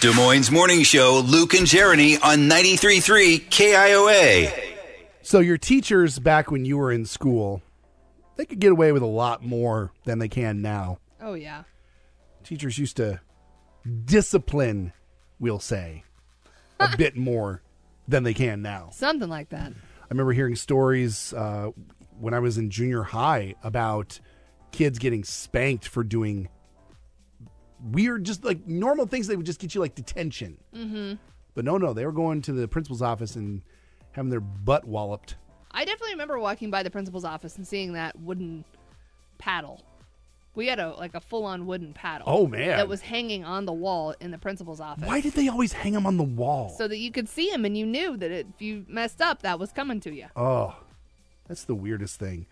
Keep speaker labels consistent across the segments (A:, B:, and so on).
A: Des Moines Morning Show, Luke and Jeremy on 93.3 KIOA.
B: So your teachers back when you were in school, they could get away with a lot more than they can now.
C: Oh yeah.
B: Teachers used to discipline, we'll say, a bit more than they can now.
C: Something like that.
B: I remember hearing stories uh, when I was in junior high about kids getting spanked for doing weird, just like normal things. They would just get you like detention. Mm-hmm. But no, no, they were going to the principal's office and having their butt walloped.
C: I definitely remember walking by the principal's office and seeing that wooden paddle. We had a like a full on wooden paddle.
B: Oh, man.
C: That was hanging on the wall in the principal's office.
B: Why did they always hang them on the wall?
C: So that you could see him and you knew that if you messed up that was coming to you.
B: Oh, that's the weirdest thing.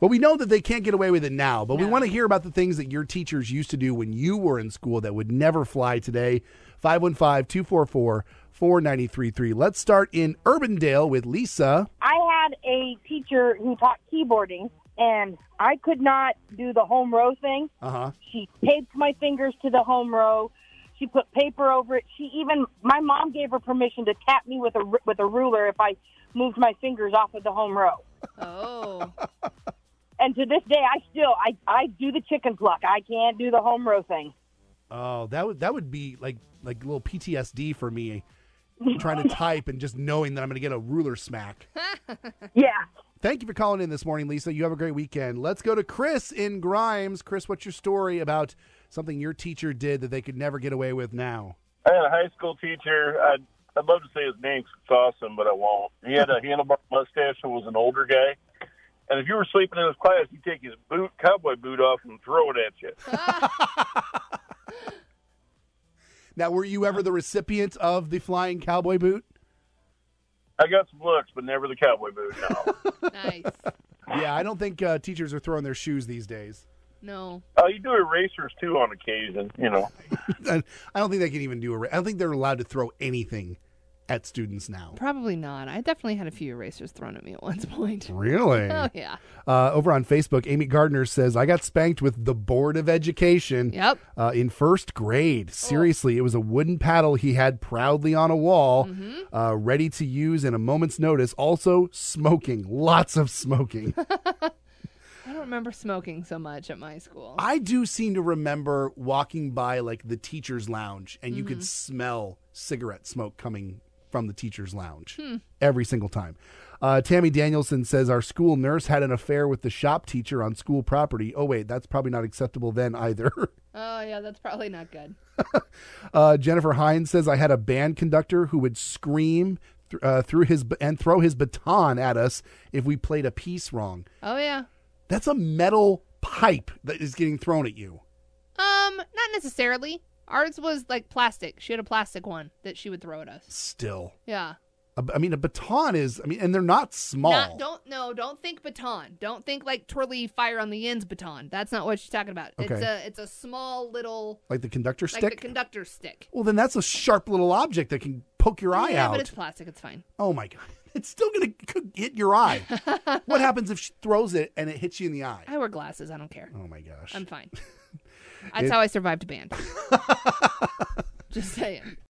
B: But we know that they can't get away with it now. But we
C: No.
B: want to hear about the things that your teachers used to do when you were in school that would never fly today. 515 244 4933. Let's start in Urbandale with Lisa.
D: I had a teacher who taught keyboarding, and I could not do the home row thing.
B: Uh huh.
D: She taped my fingers to the home row. She put paper over it. She even my mom gave her permission to tap me with a ru- with a ruler if I moved my fingers off of the home row.
C: Oh.
D: And to this day, I still I I do the chicken pluck. I can't do the home row thing.
B: Oh, that would that would be like like little PTSD for me, trying to type and just knowing that I'm going to get a ruler smack.
D: Yeah.
B: Thank you for calling in this morning, Lisa. You have a great weekend. Let's go to Chris in Grimes. Chris, what's your story about something your teacher did that they could never get away with now?
E: I had a high school teacher. I'd, I'd love to say his name 'cause it's awesome, but I won't. He had a handlebar mustache and was an older guy. And if you were sleeping in his class, he'd take his boot, cowboy boot off and throw it at you.
B: Now, were you ever the recipient of the flying cowboy boot?
E: I got some looks, but never the cowboy boot. No.
C: nice.
B: Yeah, I don't think uh, teachers are throwing their shoes these days.
C: No.
E: uh, you do erasers too on occasion, you know.
B: I don't think they can even do a. I don't think they're allowed to throw anything at students now.
C: Probably not. I definitely had a few erasers thrown at me at one point.
B: Really?
C: Oh yeah.
B: Uh, over on Facebook, Amy Gardner says, I got spanked with the Board of Education
C: Yep.
B: uh, in first grade. Seriously, it was a wooden paddle he had proudly on a wall, uh, ready to use in a moment's notice. Also, smoking, lots of smoking.
C: I don't remember smoking so much at my school.
B: I do seem to remember walking by like the teacher's lounge and you could smell cigarette smoke coming from the teacher's lounge every single time. Uh, Tammy Danielson says our school nurse had an affair with the shop teacher on school property. Oh, wait, that's probably not acceptable then either.
C: Oh yeah, that's probably not good.
B: Uh, Jennifer Hines says I had a band conductor who would scream th- uh, through his b- and throw his baton at us if we played a piece wrong.
C: Oh yeah.
B: That's a metal pipe that is getting thrown at you.
C: Um, not necessarily. Ours was like plastic. She had a plastic one that she would throw at us.
B: Still.
C: Yeah.
B: A- I mean, a baton is. I mean, and they're not small.
C: Not, don't no, don't think baton. Don't think like twirly fire on the ends baton. That's not what she's talking about. It's
B: Okay.
C: a it's a small little
B: like the conductor
C: like the
B: stick.
C: conductor stick.
B: well, then that's a sharp little object that can poke your eye
C: yeah,
B: out.
C: but it's plastic. It's fine.
B: oh my god, it's still gonna c- hit your eye. what happens if she throws it and it hits you in the eye?
C: I wear glasses. I don't care.
B: Oh my gosh.
C: I'm fine. That's how I survived band. Just saying.